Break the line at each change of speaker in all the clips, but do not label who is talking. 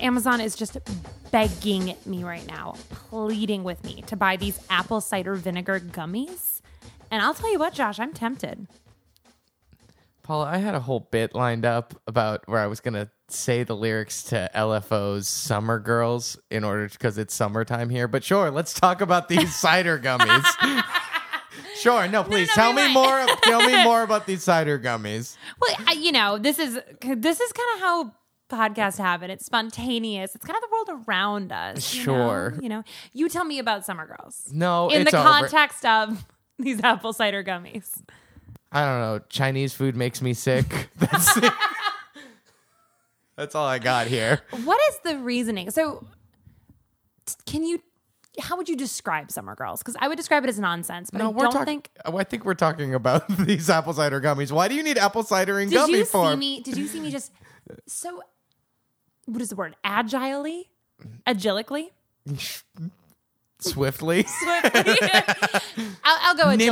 Amazon is just begging me right now, pleading with me to buy these apple cider vinegar gummies. And I'll tell you what, Josh, I'm tempted.
Paula, I had a whole bit lined up about where I was going to say the lyrics to LFO's Summer Girls in order because it's summertime here. But sure, let's talk about these cider gummies. sure, no, please
no,
tell
we
me more tell me more about these cider gummies.
Well, I, you know, this is this is kind of how podcasts happen. It's spontaneous. It's kind of the world around us. you know?
Sure.
You know, you tell me about Summer Girls
No,
in
it's
the
over.
context of these apple cider gummies.
I don't know. Chinese food makes me sick. That's it. That's all I got here.
What is the reasoning? So, t- can you? How would you describe Summer Girls? Because I would describe it as nonsense, but I don't
talking.
think.
Oh, I think we're talking about these apple cider gummies. Why do you need apple cider and
Did
gummy
you
for?
see me? Did you see me just so? What is the word? Agilely, agilically,
Swiftly.
swiftly. I'll, I'll go
Nimbly,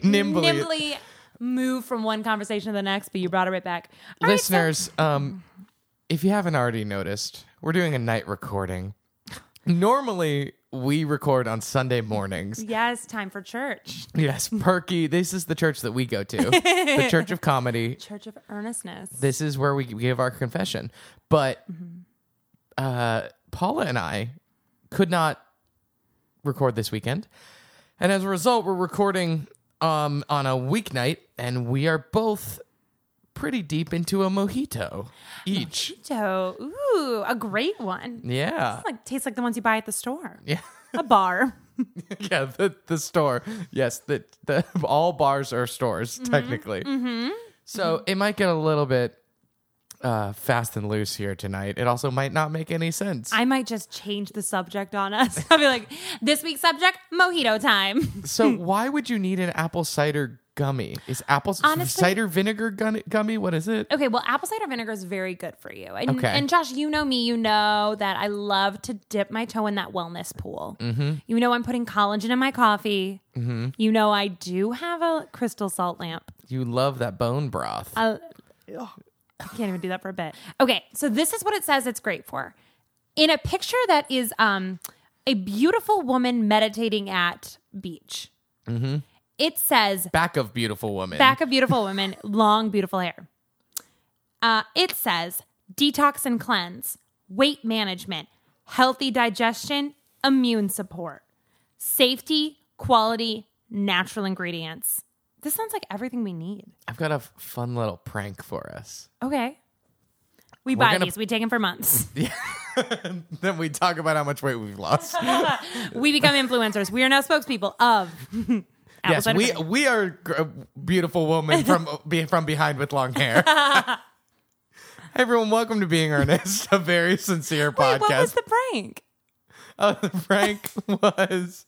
agilically,
nimbly.
nimbly move from one conversation to the next. But you brought it right back, All right, so-
Listeners, um, if you haven't already noticed, we're doing a night recording. Normally, we record on Sunday mornings.
yes, time for church.
Yes, Perky, this is the church that we go to, the Church of Comedy.
Church of earnestness.
This is where we give our confession. But
Mm-hmm.
uh, Paula and I could not record this weekend. And as a result, we're recording um, on a weeknight, and we are both pretty deep into a mojito each.
So, ooh, a great one.
Yeah.
It's like tastes like the ones you buy at the store.
Yeah.
A bar.
Yeah, the, the store. Yes, the, the all bars are stores
Mm-hmm.
technically. So it might get a little bit uh, fast and loose here tonight. It also might not make any sense.
I might just change the subject on us. I'll be like, this week's subject, mojito time.
so why would you need an apple cider gummy? Is apple c-
Honestly- Oh.
cider vinegar gun- gummy? What is it?
Okay, well, apple cider vinegar is very good for you. And,
Okay.
and Josh, you know me. You know that I love to dip my toe in that wellness pool. You know I'm putting collagen in my coffee. You know I do have a crystal salt lamp.
You love that bone broth.
Uh, ugh, I can't even do that for a bit. Okay, so this is what it says it's great for. In a picture that is um, a beautiful woman meditating at beach, it says
Back of beautiful woman.
back of beautiful women, long beautiful hair. Uh, it says detox and cleanse, weight management, healthy digestion, immune support, safety, quality, natural ingredients. This sounds like everything we need.
I've got a f- fun little prank for us.
Okay. We buy
gonna-
these. We take them for months.
then we talk about how much weight we've lost.
we become influencers. We are now spokespeople of. apple
yes,
cider
we
vinegar.
we are gr- a beautiful woman from be, from behind with long hair. Everyone, welcome to Being Earnest, a very sincere
Wait, what was
podcast.
the prank?
Uh, the-, prank was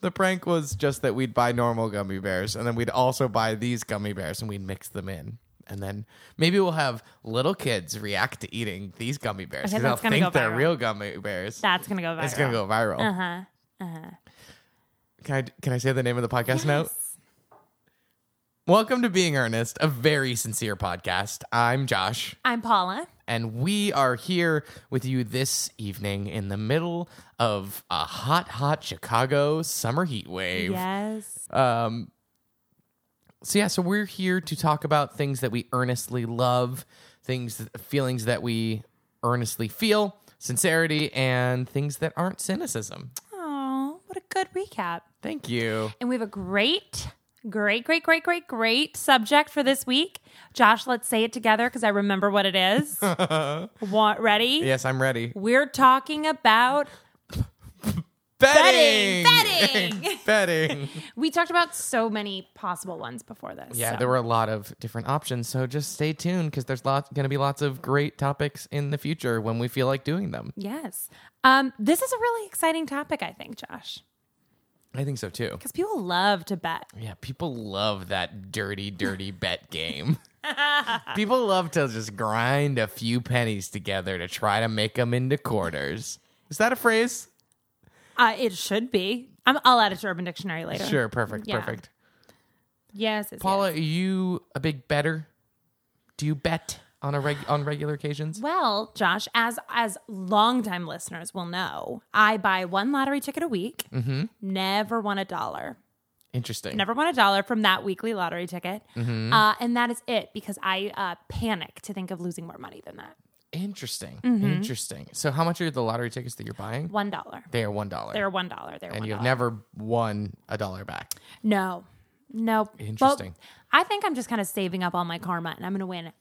the prank was just that we'd buy normal gummy bears, and then we'd also buy these gummy bears, and we'd mix them in. And then maybe we'll have little kids react to eating these gummy bears
Okay,
because
that's
they'll
gonna
think
go
they're
viral.
real gummy bears.
That's gonna go viral.
it's gonna go viral.
Uh huh.
Can I can I say the name of the podcast now? Welcome to Being Earnest, a very sincere podcast. I'm Josh,
I'm Paula.
and we are here with you this evening in the middle of a hot, hot Chicago summer heat wave.
Yes.
Um, so yeah, so we're here to talk about things that we earnestly love, things, feelings that we earnestly feel, sincerity, and things that aren't cynicism.
Oh, what a good recap.
Thank you.
And we have a great, great, great, great, great, great subject for this week. Josh, let's say it together because I remember what it is. Want ready?
Yes, I'm ready.
We're talking about
Betting,
Betting! Betting!
betting.
We talked about so many possible ones before this.
Yeah,
so-
there were a lot of different options. So just stay tuned because there's lots going to be lots of great topics in the future when we feel like doing them.
Yes. Um, this is a really exciting topic, I think, Josh,
I think so too.
because people love to bet.
Yeah, people love that dirty, dirty bet game. people love to just grind a few pennies together to try to make them into quarters. Is that a phrase?
Uh, it should be. I'm, I'll add it to Urban Dictionary later.
Sure, perfect,
Yeah.
perfect.
Yes. It's
Paula, are you a big better? Do you bet? on a reg- on regular occasions?
Well, Josh, as as longtime listeners will know, I buy one lottery ticket a week.
Mm-hmm.
Never won a dollar.
Interesting.
Never won a dollar from that weekly lottery ticket,
Mm-hmm.
uh, and that is it because I uh, panic to think of losing more money than that.
Interesting.
Mm-hmm.
Interesting. So how much are the lottery tickets that you're buying?
One dollar.
They are one dollar.
They're one dollar. They're
and
one
you've
dollar.
never won a dollar back.
no, no.
Interesting.
But I think I'm just kind of saving up all my karma, and I'm going to win,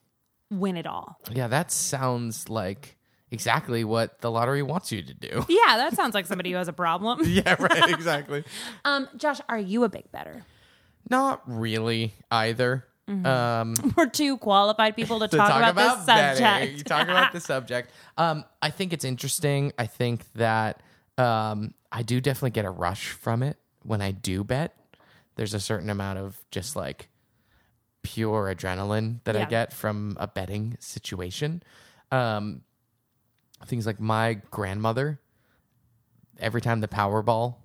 win it all.
Yeah, that sounds like exactly what the lottery wants you to do.
Yeah, that sounds like somebody who has a problem.
yeah, right, exactly.
Um, Josh, are you a big better?
Not really either. Um
We're two qualified people to,
to
talk,
talk,
about,
about,
this
betting.
subject.
You talk about the subject. Um, I think it's interesting. I think that um, I do definitely get a rush from it when I do bet. There's a certain amount of just like pure adrenaline that I
Yeah.
get from a betting situation. Um, things like my grandmother, every time the Powerball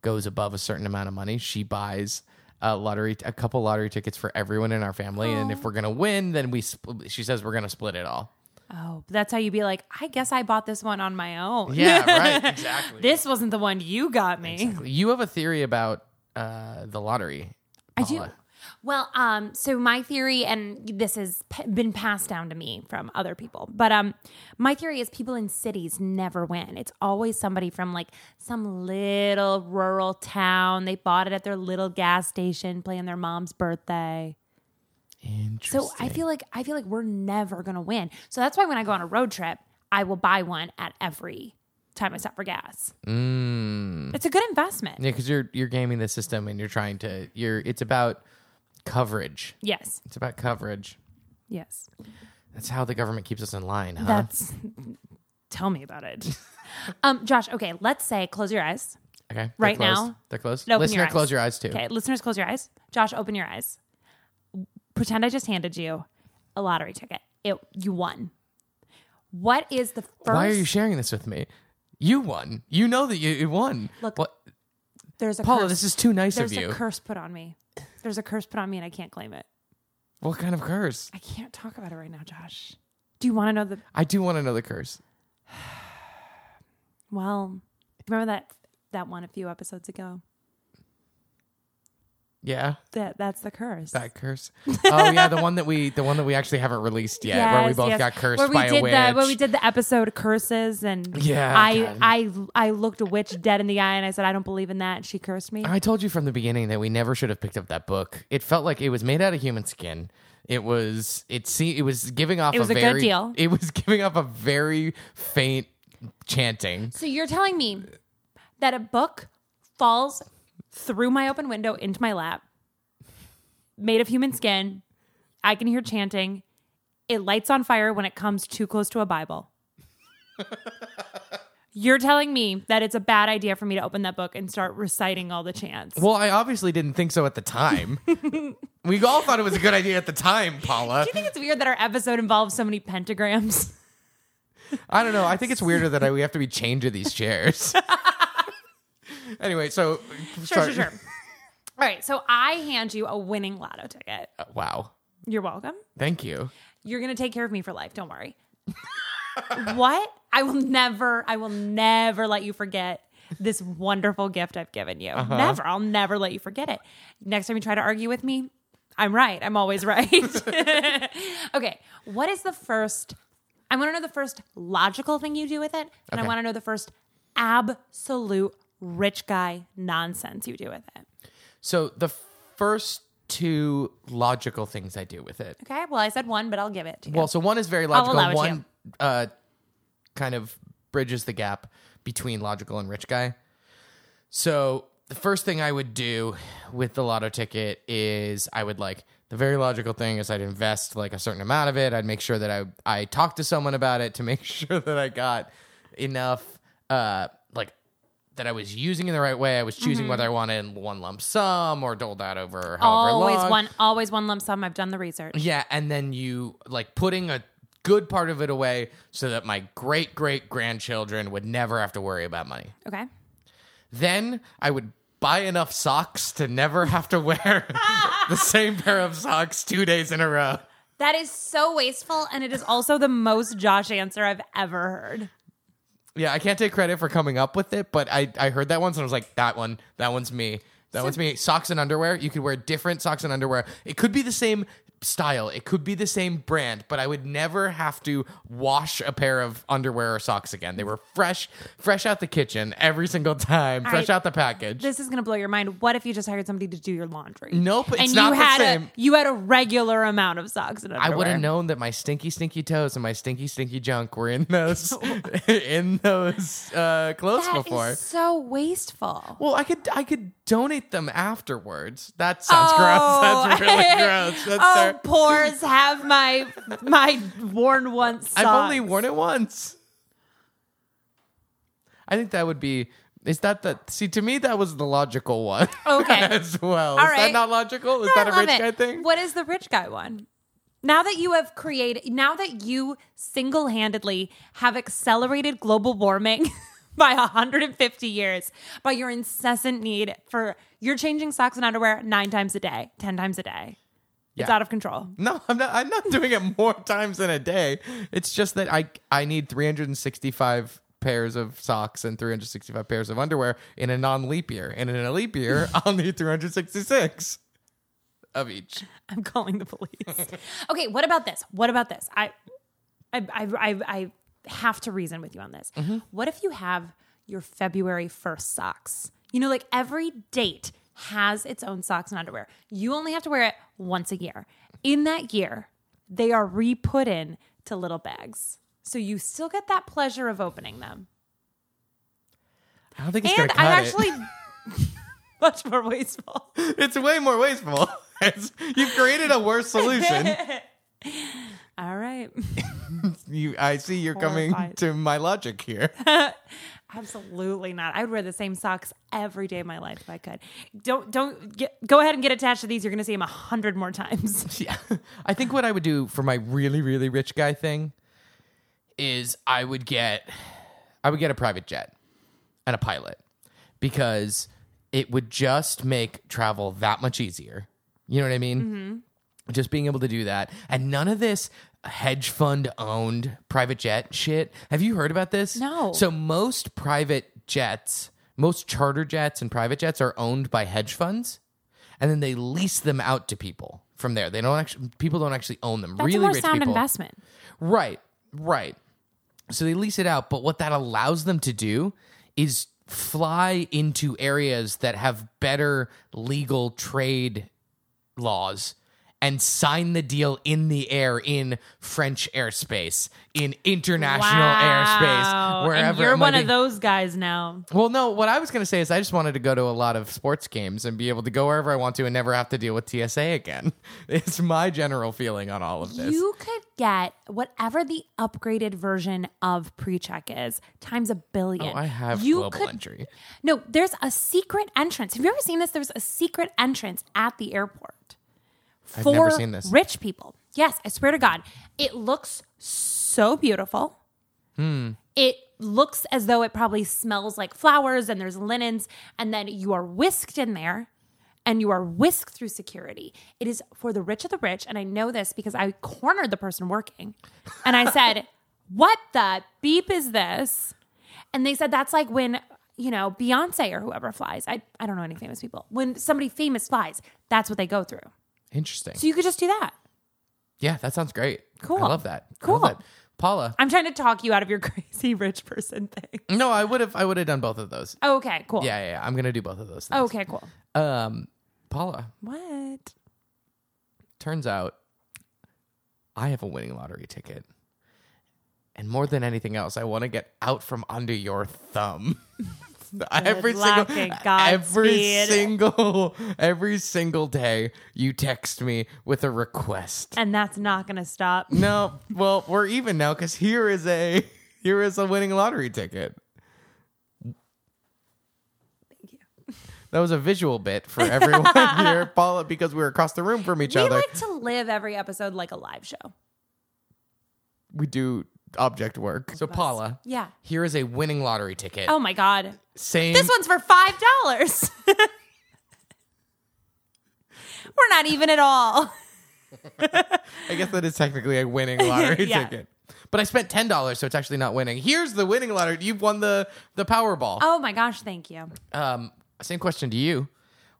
goes above a certain amount of money, she buys a lottery, a couple lottery tickets for everyone in our family. And if we're gonna win, then we. Spl- she says we're gonna split it all.
Oh, that's how you be like, I guess I bought this one on my own.
Yeah, right. Exactly.
This wasn't the one you got me.
you have a theory about uh, the lottery.
I do.
Paula.
Well, um, so my theory, and this has p- been passed down to me from other people, but um, my theory is people in cities never win. It's always somebody from like some little rural town. They bought it at their little gas station, playing their mom's birthday.
Interesting.
So I feel like I feel like we're never gonna win. So that's why when I go on a road trip, I will buy one at every time I stop for gas. It's a good investment.
Mm. yeah, because you're you're gaming the system and you're trying to. You're. It's about coverage.
Yes.
It's about coverage.
Yes.
Uh-huh. That's how the government keeps us in line, huh?
That's tell me about it. um, Josh, okay, let's say close your eyes.
okay. they're
right
closed.
now-
they're closed.
No, open
Listener,
your eyes.
close your eyes too.
Okay, listeners, close your eyes. Josh, open your eyes. Pretend I just handed you a lottery ticket. It you won. What is the first
Why are you sharing this with me? You won. You know that you, you won.
Look,
what,
there's a
Paula,
curse.
this is too nice
there's
of you.
a curse put on me. There's a curse put on me and I can't claim it.
what kind of curse?
I can't talk about it right now, Josh. Do you want to know the
I do want to know the curse.
well? Remember that that one a few episodes ago.
Yeah,
That that's the curse.
that curse. oh yeah, the one that we the one that we actually haven't released yet, where we
Yes,
both
yes.
got cursed
Where we
by
did
a witch.
The, where we did the episode curses and
Yeah,
I I I looked a witch dead in the eye and I said I don't believe in that. And she cursed me.
I told you from the beginning that we never should have picked up that book. It felt like it was made out of human skin. It was it se- it was giving off
It was a
a
good
very
deal.
It was giving off a very faint chanting.
so you're telling me that a book falls through my open window into my lap, made of human skin. I can hear chanting. It lights on fire when it comes too close to a Bible. You're telling me that it's a bad idea for me to open that book and start reciting all the chants.
Well, I obviously didn't think so at the time. we all thought it was a good idea at the time, Paula.
Do you think it's weird that our episode involves so many pentagrams?
I don't know. I think it's weirder that I, we have to be chained to these chairs. anyway, so
Sure, sure, sure. All right, so I hand you a winning lotto ticket.
Uh, Wow,
You're welcome.
thank you.
You're gonna take care of me for life. Don't worry. what? I will never, I will never let you forget this wonderful gift I've given you.
Uh-huh.
Never. I'll never let you forget it. Next time you try to argue with me, I'm right. I'm always right. okay. What is the first? I want to know the first logical thing you do with it, and I
Okay.
want to know the first absolute rich guy nonsense you do with it.
So the first two logical things I do with it.
Okay. Well, I said one, but I'll give it to you.
Well, so one is very logical.
allow it to
One uh, kind of bridges the gap between logical and rich guy. So the first thing I would do with the lotto ticket is I would like the very logical thing is I'd invest like a certain amount of it. I'd make sure that I I talked to someone about it to make sure that I got enough uh like that I was using in the right way. I was
Mm-hmm.
choosing whether I wanted in one lump sum or doled out over however
always
long.
one, always one lump sum. I've done the research.
Yeah, and then you like putting a good part of it away so that my great great grandchildren would never have to worry about money.
Okay.
Then I would buy enough socks to never have to wear the same pair of socks two days in a row.
That is so wasteful, and it is also the most Josh answer I've ever heard.
Yeah, I can't take credit for coming up with it, but I, I heard that once and I was like, that one, that one's me. That one's me. Socks and underwear. You could wear different socks and underwear. It could be the same style, it could be the same brand, but I would never have to wash a pair of underwear or socks again. They were fresh, fresh out the kitchen every single time, fresh
right.
out the package.
This is gonna blow your mind. What if you just hired somebody to do your laundry?
Nope, it's
and
not
you
the
had
same.
a you had a regular amount of socks and
I
underwear.
would have known that my stinky, stinky toes and my stinky, stinky junk were in those in those uh, clothes
That is
before.
so wasteful.
Well, I could I could donate them afterwards. That sounds gross. That's really gross. That's
oh,
ter-
pores have my my worn once. Socks.
I've only worn it once. I think that would be. Is that the see? To me, that was the logical one.
Okay.
as well.
All
is
right.
that not logical? Is
I
that a
love
rich
it.
guy thing?
What is the rich guy one? Now that you have created, now that you single handedly have accelerated global warming by 150 years by your incessant need for, you're changing socks and underwear nine times a day, 10 times a day. It's
Yeah.
out of control.
No, I'm not. I'm not doing it more times in a day. It's just that I I need 365 pairs of socks and 365 pairs of underwear in a non-leap year, and in a leap year, I'll need 366 of each.
I'm calling the police. okay, what about this? What about this? I, I, I, I, I have to reason with you on this. What if you have your February 1st socks? You know, like every date has its own socks and underwear. You only have to wear it once a year. In that year, they are re put in to little bags. So you still get that pleasure of opening them.
I don't think it's
and
gonna cut
I
it.
actually. Much more wasteful.
It's way more wasteful. It's- You've created a worse solution.
All right.
You, I see you're coming
Horrified.
to my logic here.
Absolutely not. I'd wear the same socks every day of my life if I could. Don't don't get, go ahead and get attached to these. You're going to see them a hundred more times.
Yeah. I think what I would do for my really, really rich guy thing is I would get I would get a private jet and a pilot because it would just make travel that much easier. You know what I mean? Just being able to do that. And none of this hedge fund owned private jet shit. Have you heard about this?
No.
So most private jets, most charter jets and private jets are owned by hedge funds and then they lease them out to people from there. They don't actually people don't actually own them.
That's
really
a more
rich
sound
people.
investment.
Right, right. So they lease it out, but what that allows them to do is fly into areas that have better legal trade laws and sign the deal in the air in French airspace, in international airspace, wherever
And
it
you're
might
one
be.
of those guys now.
Well, no, what I was going to say is I just wanted to go to a lot of sports games and be able to go wherever I want to and never have to deal with TSA again. It's my general feeling on all of this.
You could get whatever the upgraded version of pre-check is times a billion.
Oh, I have
you
global
could,
entry.
No, there's a secret entrance. Have you ever seen this? There's a secret entrance at the airport
I've
for
never seen this.
rich people. Yes, I swear to God, it looks so beautiful.
Hmm.
It looks as though it probably smells like flowers and there's linens, and then you are whisked in there and you are whisked through security. It is for the rich of the rich. And I know this because I cornered the person working and I said, What the beep is this? And they said, That's like when, you know, Beyonce or whoever flies. I, I don't know any famous people. When somebody famous flies, that's what they go through.
Interesting.
So you could just do that.
Yeah, that sounds great.
Cool.
I love that. I
Cool.
love that. Paula.
I'm trying to talk you out of your crazy rich person thing. Oh,
No, I would have I would have done both of those.
Okay, cool.
Yeah, yeah, yeah. I'm going to do both of those things.
Okay, cool.
Um Paula,
What?
turns out I have a winning lottery ticket. And more than anything else, I want to get out from under your thumb. every
luck
single,
and Godspeed.
every single, every single day, you text me with a request.
And that's not going to stop.
No, well, we're even now because here is a here is a winning lottery ticket. That was a visual bit for everyone here, Paula, because we were across the room from each
We
other.
like to live every episode like a live show.
we do object work. So, Paula,
Yeah.
here is a winning lottery ticket.
Oh my God.
Same.
This one's for $5. We're not even at all.
I guess that is technically a winning lottery
Yeah.
ticket. But I spent ten dollars, so it's actually not winning. Here's the winning lottery. You've won the the Powerball.
Oh my gosh, thank you.
Um, same question to you.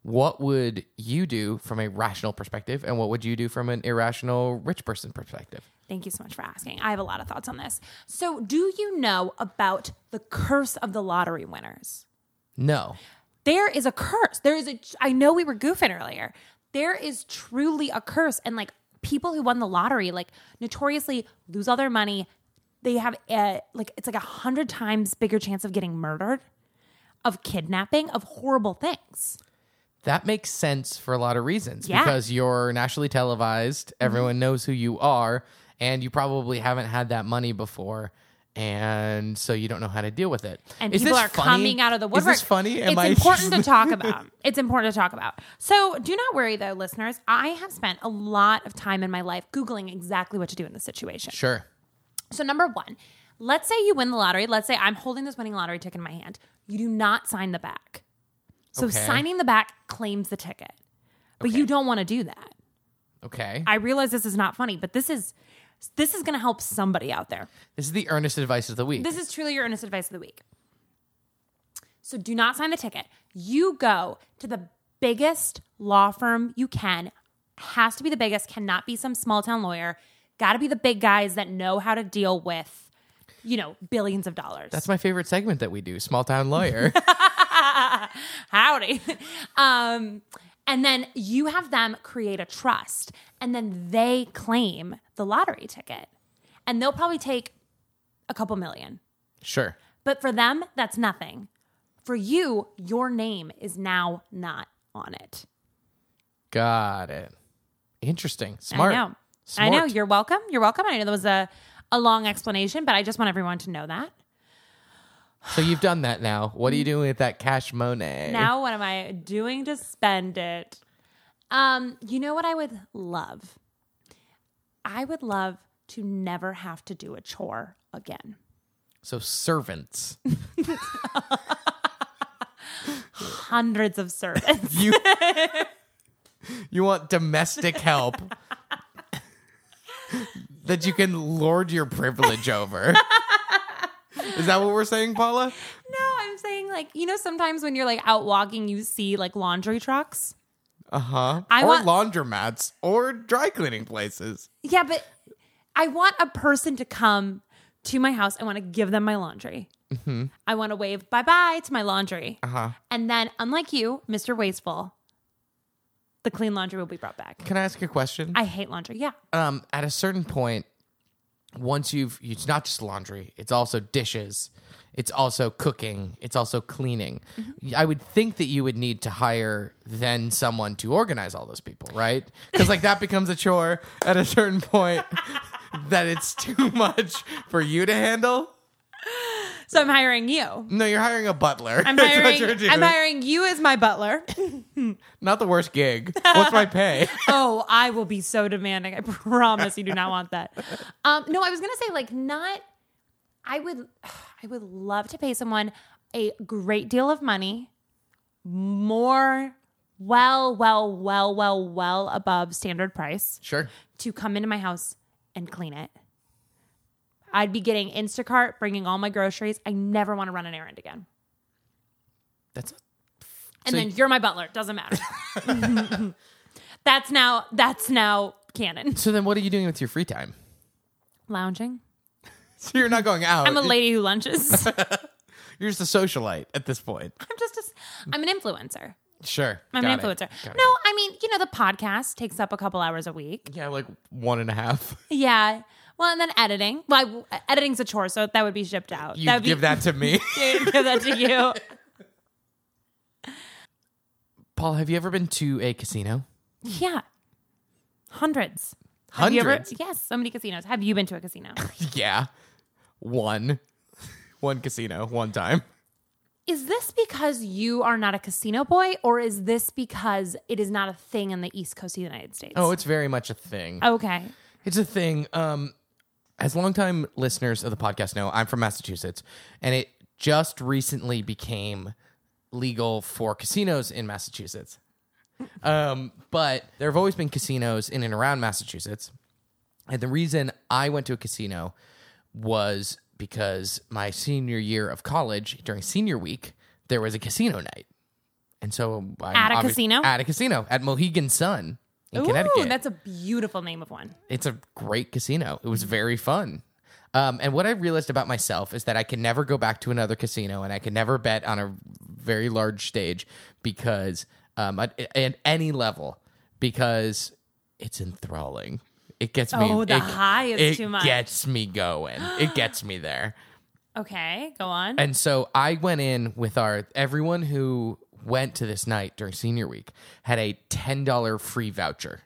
What would you do from a rational perspective, and what would you do from an irrational rich person perspective?
Thank you so much for asking. I have a lot of thoughts on this. So, do you know about the curse of the lottery winners?
No.
There is a curse. There is a, I know we were goofing earlier. There is truly a curse. And like people who won the lottery, like notoriously lose all their money. They have, a, like, it's like a hundred times bigger chance of getting murdered, of kidnapping, of horrible things.
That makes sense for a lot of reasons
Yeah. Mm-hmm.
because you're nationally televised, everyone knows who you are, and you probably haven't had that money before. And so you don't know how to deal with it.
and
Is
people
this
are
funny?
coming out of the woodwork.
Is this funny? Am
it's
I-
important to talk about. It's important to talk about. So do not worry, though, listeners. I have spent a lot of time in my life googling exactly what to do in this situation.
sure.
So number one, let's say you win the lottery. Let's say I'm holding this winning lottery ticket in my hand. You do not sign the back. So
Okay.
signing the back claims the ticket, but you don't want to do that.
Okay.
I realize this is not funny, but this is this is going to help somebody out there.
this is the earnest advice of the week.
This is truly your earnest advice of the week. So do not sign the ticket. You go to the biggest law firm you can. Has to be the biggest, cannot be some small town lawyer. Got to be the big guys that know how to deal with, you know, billions of dollars.
That's my favorite segment that we do, Small Town Lawyer.
Howdy. um, and then you have them create a trust, and then they claim the lottery ticket. And they'll probably take a couple million.
sure.
But for them, that's nothing. For you, your name is now not on it.
Got it. Interesting. Smart.
I know.
Smart.
I know. You're welcome. You're welcome. I know that was a, a long explanation, but I just want everyone to know that.
So you've done that now. What are you doing with that cash money?
Mm-hmm. Now, what am I doing to spend it? Um, you know what I would love? I would love to never have to do a chore again.
So servants.
Hundreds of servants.
You You want domestic help that you can lord your privilege over. Is that what we're saying, Paula?
no, I'm saying like, you know, sometimes when you're like out walking, you see like laundry trucks.
Uh-huh.
I
or
want-
laundromats or dry cleaning places.
Yeah, but I want a person to come to my house. I want to give them my laundry. I want to wave bye bye to my laundry.
Mm-hmm. Uh-huh.
And then, unlike you, Mr. Wasteful, the clean laundry will be brought back.
Can I ask you a question?
I hate laundry. Yeah.
um, at a certain point, once you've it's not just laundry, it's also dishes, it's also cooking, it's also cleaning.
Mm-hmm.
I would think that you would need to hire then someone to organize all those people, right? Because like that becomes a chore at a certain point that it's too much for you to handle.
So I'm hiring you.
No, you're hiring a butler.
I'm
That's what
hiring,
you're
I'm
doing.
hiring you as my butler.
Not the worst gig. What's my pay?
oh, I will be so demanding. I promise you do not want that. Um, no, I was gonna say like not. I would, I would love to pay someone a great deal of money, more, well, well, well, well, well above standard price
sure.
to come into my house and clean it. I'd be getting Instacart, bringing all my groceries. I never want to run an errand again.
That's
And
So-
then you're my butler. Doesn't matter. that's now. That's now canon.
so then what are you doing with your free time?
Lounging.
So you're not going out.
I'm a lady who lunches. I'm
You're just a socialite at this point.
just a, s- I'm an influencer.
Sure.
I'm an
Got it.
influencer.
Got it.
No, I mean, you know, the podcast takes up a couple hours a week.
Yeah, like one and a half.
Yeah. Well, and then editing. Well, I w- editing's a chore, so that would be shipped out.
You
That'd
give
be,
that to me.
give that to you.
Paul, have you ever been to a casino?
Yeah. Hundreds. Have you ever-
Hundreds.
yes, so many casinos. Have you been to a casino?
Yeah. One. One casino, one time.
is this because you are not a casino boy, or is this because it is not a thing in the East Coast of the United States?
Oh, it's very much a thing.
okay.
It's a thing. Um, as longtime listeners of the podcast know, I'm from Massachusetts, and it just recently became legal for casinos in Massachusetts. Um, but there have always been casinos in and around Massachusetts. And the reason I went to a casino was because my senior year of college, during senior week, there was a casino night. And so I
At a casino?
At a casino at Mohegan Sun in Connecticut.
that's a beautiful name of one.
it's a great casino. It was very fun. Um, and what I realized about myself is that I can never go back to another casino and I can never bet on a very large stage because, um, at, at any level, because it's enthralling. It gets me.
Oh, the
it-
high is
it
too much.
gets me going. It gets me there.
Okay, go on.
And so I went in with our everyone who went to this night during senior week had a ten dollar free voucher,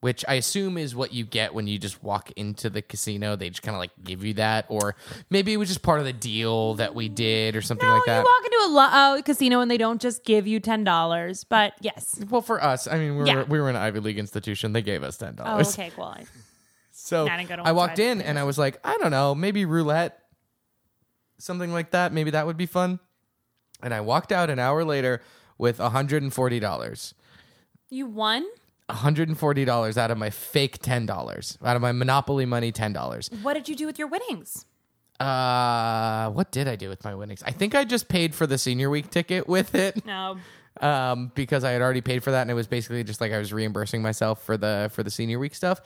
which I assume is what you get when you just walk into the casino. They just kind of like give you that, or maybe it was just part of the deal that we did or something
no,
like that.
you walk into a lo- uh, casino and they don't just give you ten dollars, but yes.
well, for us, I mean, we were,
Yeah.
we were an Ivy League institution. They gave us ten
Oh,
dollars.
okay, cool. I-
So
I didn't go to one,
I
so
walked
I
in and I was like, I don't know, maybe roulette, something like that. Maybe that would be fun. And I walked out an hour later with $140.
You won.
$140 out of my fake $10, out of my Monopoly money $10.
What did you do with your winnings?
Uh, what did I do with my winnings? I think I just paid for the senior week ticket with it
No.
um, because I had already paid for that, and it was basically just like I was reimbursing myself for the for the senior week stuff.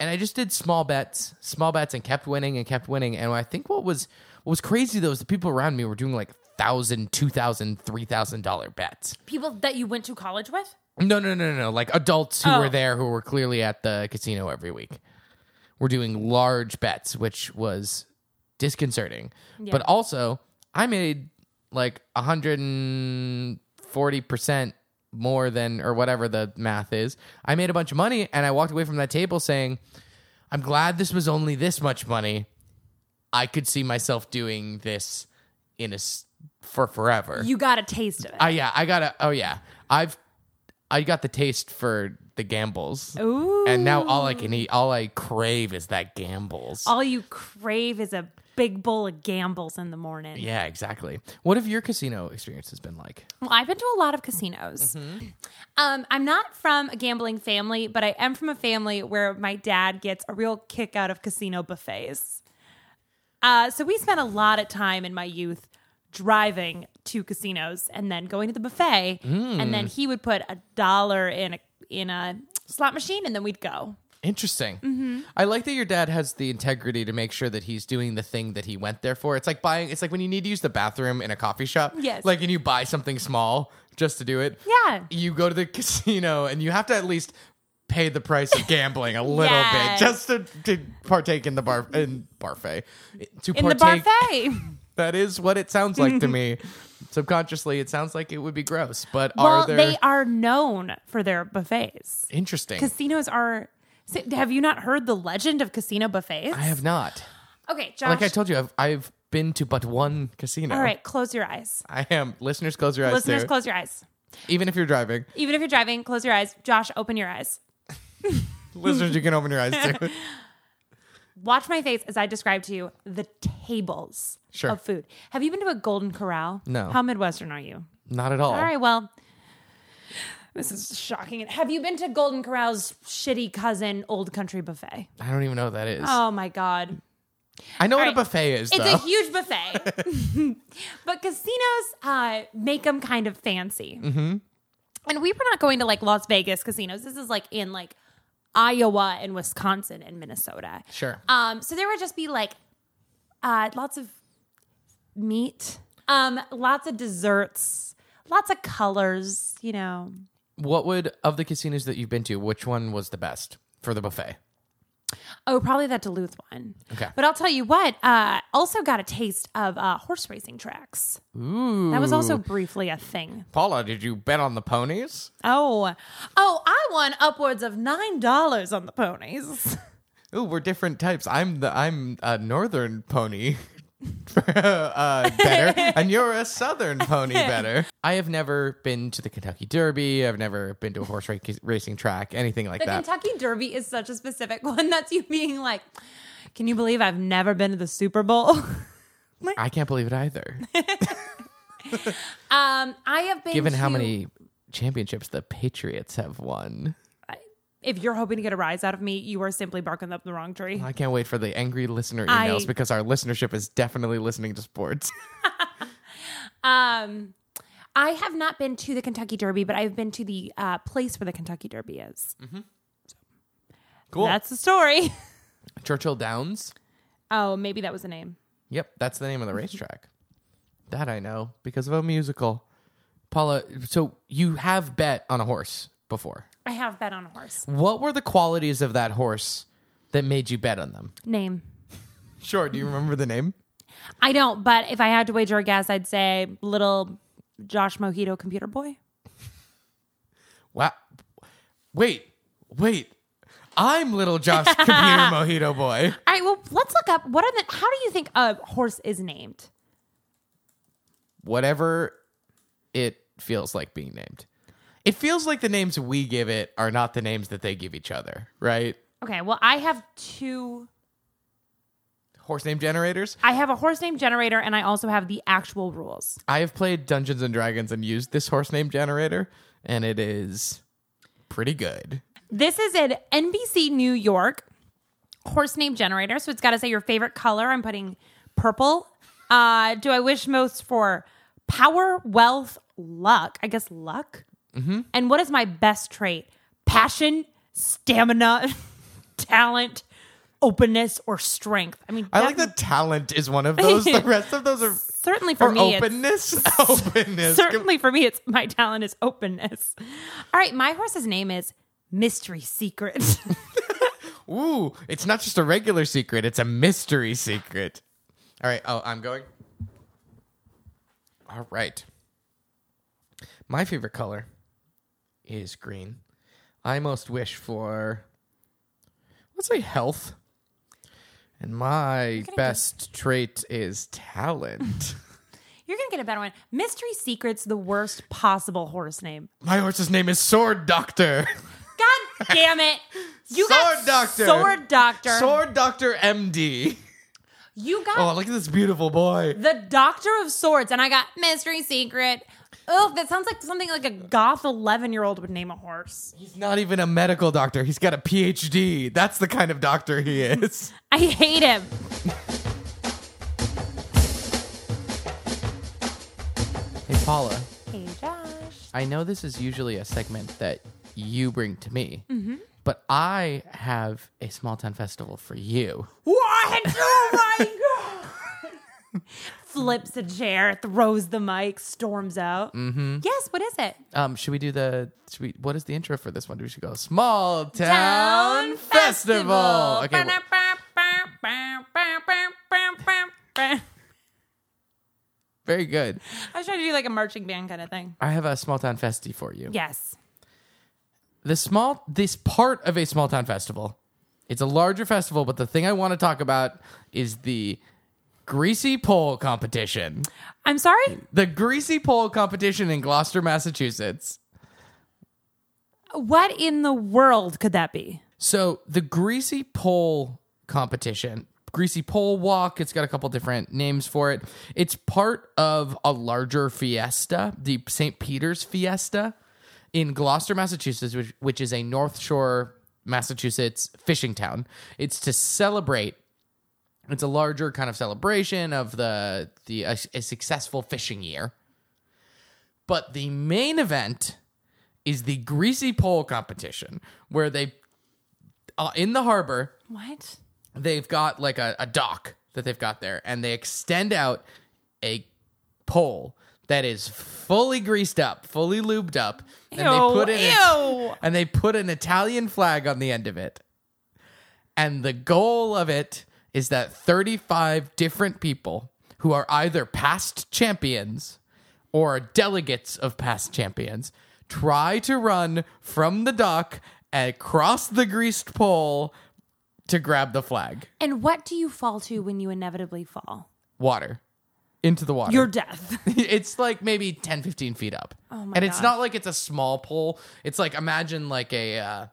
And I just did small bets, small bets, and kept winning and kept winning. And I think what was what was crazy though is the people around me were doing like thousand, two thousand, three thousand dollar bets.
People that you went to college with?
No, no, no, no, no. Like adults who
Oh.
were there who were clearly at the casino every week were doing large bets, which was disconcerting. But also, I made like 140% more than, or whatever the math is. I made a bunch of money and I walked away from that table saying, I'm glad this was only this much money. I could see myself doing this in a s- for forever.
You got a taste of it.
I yeah, I gotta. Oh yeah, I've I got the taste for the gambles,
Ooh.
and now all I can eat, all I crave is that gambles.
All you crave is a big bowl of gambles in the morning.
yeah, exactly. What have your casino experience has been like?
Well, I've been to a lot of casinos.
Mm-hmm.
Um, I'm not from a gambling family, but I am from a family where my dad gets a real kick out of casino buffets. Uh, so we spent a lot of time in my youth driving to casinos and then going to the buffet, and
Mm.
then he would put a dollar in a in a slot machine, and then we'd go.
Interesting.
Mm-hmm.
I like that your dad has the integrity to make sure that he's doing the thing that he went there for. It's like buying. It's like when you need to use the bathroom in a coffee shop.
Yes.
Like and you buy something small just to do it.
Yeah.
You go to the casino and you have to at least pay the price of gambling a little
Yes.
bit just to, to partake in the bar in barfay. To
In
partake.
the buffet.
That is what it sounds like to me. Subconsciously, it sounds like it would be gross, but
well,
are there
they are known for their buffets.
interesting?
Casinos are. so Have you not heard the legend of casino buffets?
I have not.
Okay, Josh.
Like I told you, I've I've been to but one casino.
all right, close your eyes.
I am. Listeners, close your eyes.
Listeners,
too.
close your eyes.
Even if you're driving,
Even if you're driving, close your eyes. Josh, open your eyes.
listeners, you can open your eyes too.
Watch my face as I describe to you the tables
Sure.
of food. Have you been to a Golden Corral?
No. Oh.
How Midwestern are you?
Not at all.
All right, well, this is shocking. Have you been to Golden Corral's shitty cousin, Old Country Buffet?
I don't even know what that is.
Oh my God.
I know what
right.
a buffet is,
It's
though.
a huge buffet, but casinos uh, make them kind of fancy. Mm-hmm. And we were not going to like Las Vegas casinos. This is like in like Iowa and Wisconsin and Minnesota.
sure.
Um, so there would just be like uh, lots of meat, um, lots of desserts, lots of colors. You know,
what would of the casinos that you've been to? Which one was the best for the buffet?
Oh, probably that Duluth one.
Okay.
But I'll tell you what, uh, also got a taste of uh, horse racing tracks. Ooh. That was also briefly a thing.
Paula, did you bet on the ponies?
Oh. Oh, I won upwards of $9 on the ponies.
Ooh, we're different types. I'm the I'm a northern pony uh, better, and you're a southern pony better. I have never been to the Kentucky Derby. I've never been to a horse ra- racing track, anything like
The
that.
Kentucky Derby is such a specific one. That's you being like, can you believe I've never been to the Super Bowl?
I can't believe it either.
Um, I have been
Given how
to-
many championships the Patriots have won.
If you're hoping to get a rise out of me, you are simply barking up the wrong tree.
I can't wait for the angry listener emails
I-
because our listenership is definitely listening to sports.
Um, I have not been to the Kentucky Derby, but I've been to the uh, place where the Kentucky Derby is.
cool.
That's the story.
Churchill Downs.
Oh, maybe that was the name.
Yep, that's the name of the racetrack. that I know because of a musical. Paula, so you have bet on a horse before.
I have bet on a horse.
What were the qualities of that horse that made you bet on them?
Name.
Sure, do you remember the name?
I don't, but if I had to wager a guess, I'd say little Josh Mojito computer boy.
Wow. Wait, wait. I'm little Josh Computer Mojito Boy.
All right, well, let's look up what are the how do you think a horse is named?
Whatever it feels like being named. It feels like the names we give it are not the names that they give each other, right?
Okay, well, I have two
Horse name generators.
I have a horse name generator and I also have the actual rules.
I have played Dungeons and Dragons and used this horse name generator, and it is pretty good.
This is an NBC New York horse name generator. So it's got to say your favorite color. I'm putting purple. Uh, do I wish most for power, wealth, luck? I guess luck.
Mm-hmm.
And what is my best trait? Passion, stamina, talent, openness, or strength. I mean,
I like that talent is one of those. The rest of those are
Certainly for
for
me, it's
openness. openness.
certainly for me it's my talent is openness all right my horse's name is mystery secret
Ooh, it's not just a regular secret, it's a mystery secret. All right, oh, I'm going. All right. My favorite color is green. I most wish for let's say health. And my best trait is talent.
you're gonna get a better one mystery secret's the worst possible horse name
my horse's name is Sword Doctor.
god damn it you
Sword
got
Doctor.
sword doctor
Sword Doctor MD.
you got
Oh, look at this beautiful boy.
the doctor of swords and i got mystery secret Ugh, that sounds like something like a goth 11 year old would name a horse
He's not even a medical doctor. He's got a PhD. That's the kind of doctor he is.
i hate him
hey, Paula,
hey josh
I know this is usually a segment that you bring to me, but I have a small town festival for you.
What? Oh my god! Flips a chair, throws the mic, storms out. Mm-hmm. Yes. What is it?
Um, should we do the? Should we? What is the intro for this one? Do we should go small town, festival? Okay. wh- very good.
I was trying to do like a marching band kind of thing.
I have a small town festy for you.
Yes.
the small this part of a small town festival it's a larger festival but the thing i want to talk about is the greasy pole competition
I'm sorry.
the greasy pole competition in gloucester massachusetts
What in the world could that be?
so the greasy pole competition greasy pole walk it's got a couple different names for it it's part of a larger fiesta the st peter's fiesta in Gloucester, Massachusetts, which, which is a North Shore, Massachusetts fishing town. It's to celebrate. It's a larger kind of celebration of the the a, a successful fishing year. But the main event is the greasy pole competition, where they uh, in the harbor
What?
they've got like a, a dock that they've got there and they extend out a pole that is fully greased up, fully lubed up, and they
Ew,
put in
ew.
and they put an Italian flag on the end of it. And the goal of it is that 35 different people who are either past champions or delegates of past champions try to run from the dock and across the greased pole to grab the flag.
And what do you fall to when you inevitably fall?
Water. Into the water.
Your death.
it's like maybe 10 15 feet up
Oh my
and it's
gosh.
not like it's a small pole it's like imagine like a uh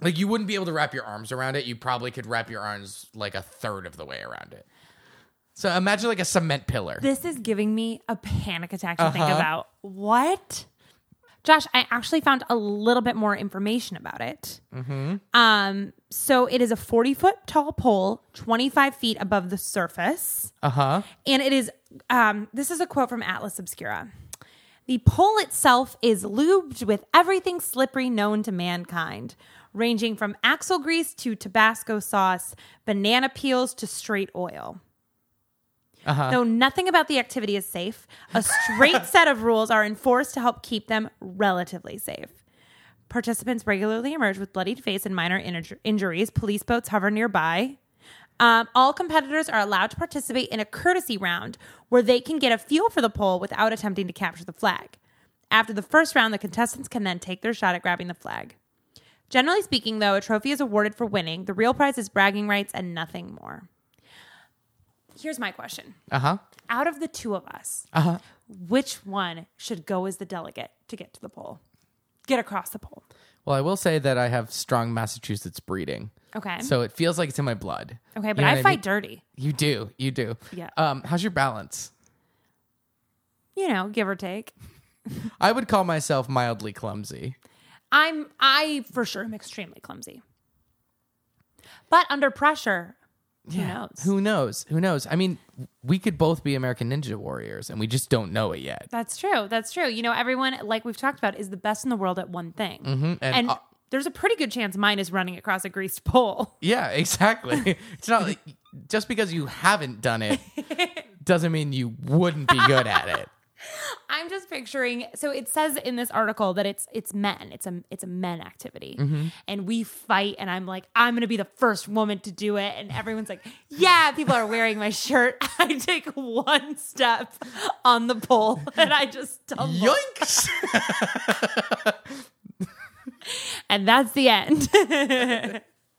like you wouldn't be able to wrap your arms around it you probably could wrap your arms like a third of the way around it so imagine like a cement pillar
This is giving me a panic attack to think about. What? Josh, I actually found a little bit more information about it. Um, so it is a 40 foot tall pole, 25 feet above the surface.
Uh huh.
And it is, um, this is a quote from Atlas Obscura. The pole itself is lubed with everything slippery known to mankind, ranging from axle grease to Tabasco sauce, banana peels to straight oil. Though nothing about the activity is safe, a straight set of rules are enforced to help keep them relatively safe. Participants regularly emerge with bloodied face and minor inju- injuries. Police boats hover nearby. Um, all competitors are allowed to participate in a courtesy round where they can get a feel for the pole without attempting to capture the flag. After the first round, the contestants can then take their shot at grabbing the flag. Generally speaking, though, a trophy is awarded for winning. The real prize is bragging rights and nothing more. Here's my question
Uh huh.
Out of the two of us,
Uh-huh.
which one should go as the delegate to get to the pole? Get across the pole.
Well, I will say that I have strong Massachusetts breeding.
Okay.
So it feels like it's in my blood.
okay, but
You know
I
what
fight
mean?
dirty,
You do. You do.
Yeah.
Um, how's your balance?
you know, give or take.
I would call myself mildly clumsy.
I'm I for sure am extremely clumsy. But under pressure, who knows?
Who knows? Who knows? I mean, we could both be American Ninja Warriors and we just don't know it yet.
that's true. That's true. You know, everyone, like we've talked about, is the best in the world at one thing. And,
uh,
there's a pretty good chance mine is running across a greased pole.
Yeah, exactly. it's not like just because you haven't done it doesn't mean you wouldn't be good at it.
I'm just picturing. So it says in this article that it's it's men. It's a it's a men activity, and we fight. And I'm like, I'm gonna be the first woman to do it. And everyone's like, Yeah, people are wearing my shirt. I take one step on the pole, and I just stumble,
Yoinks!
and that's the end.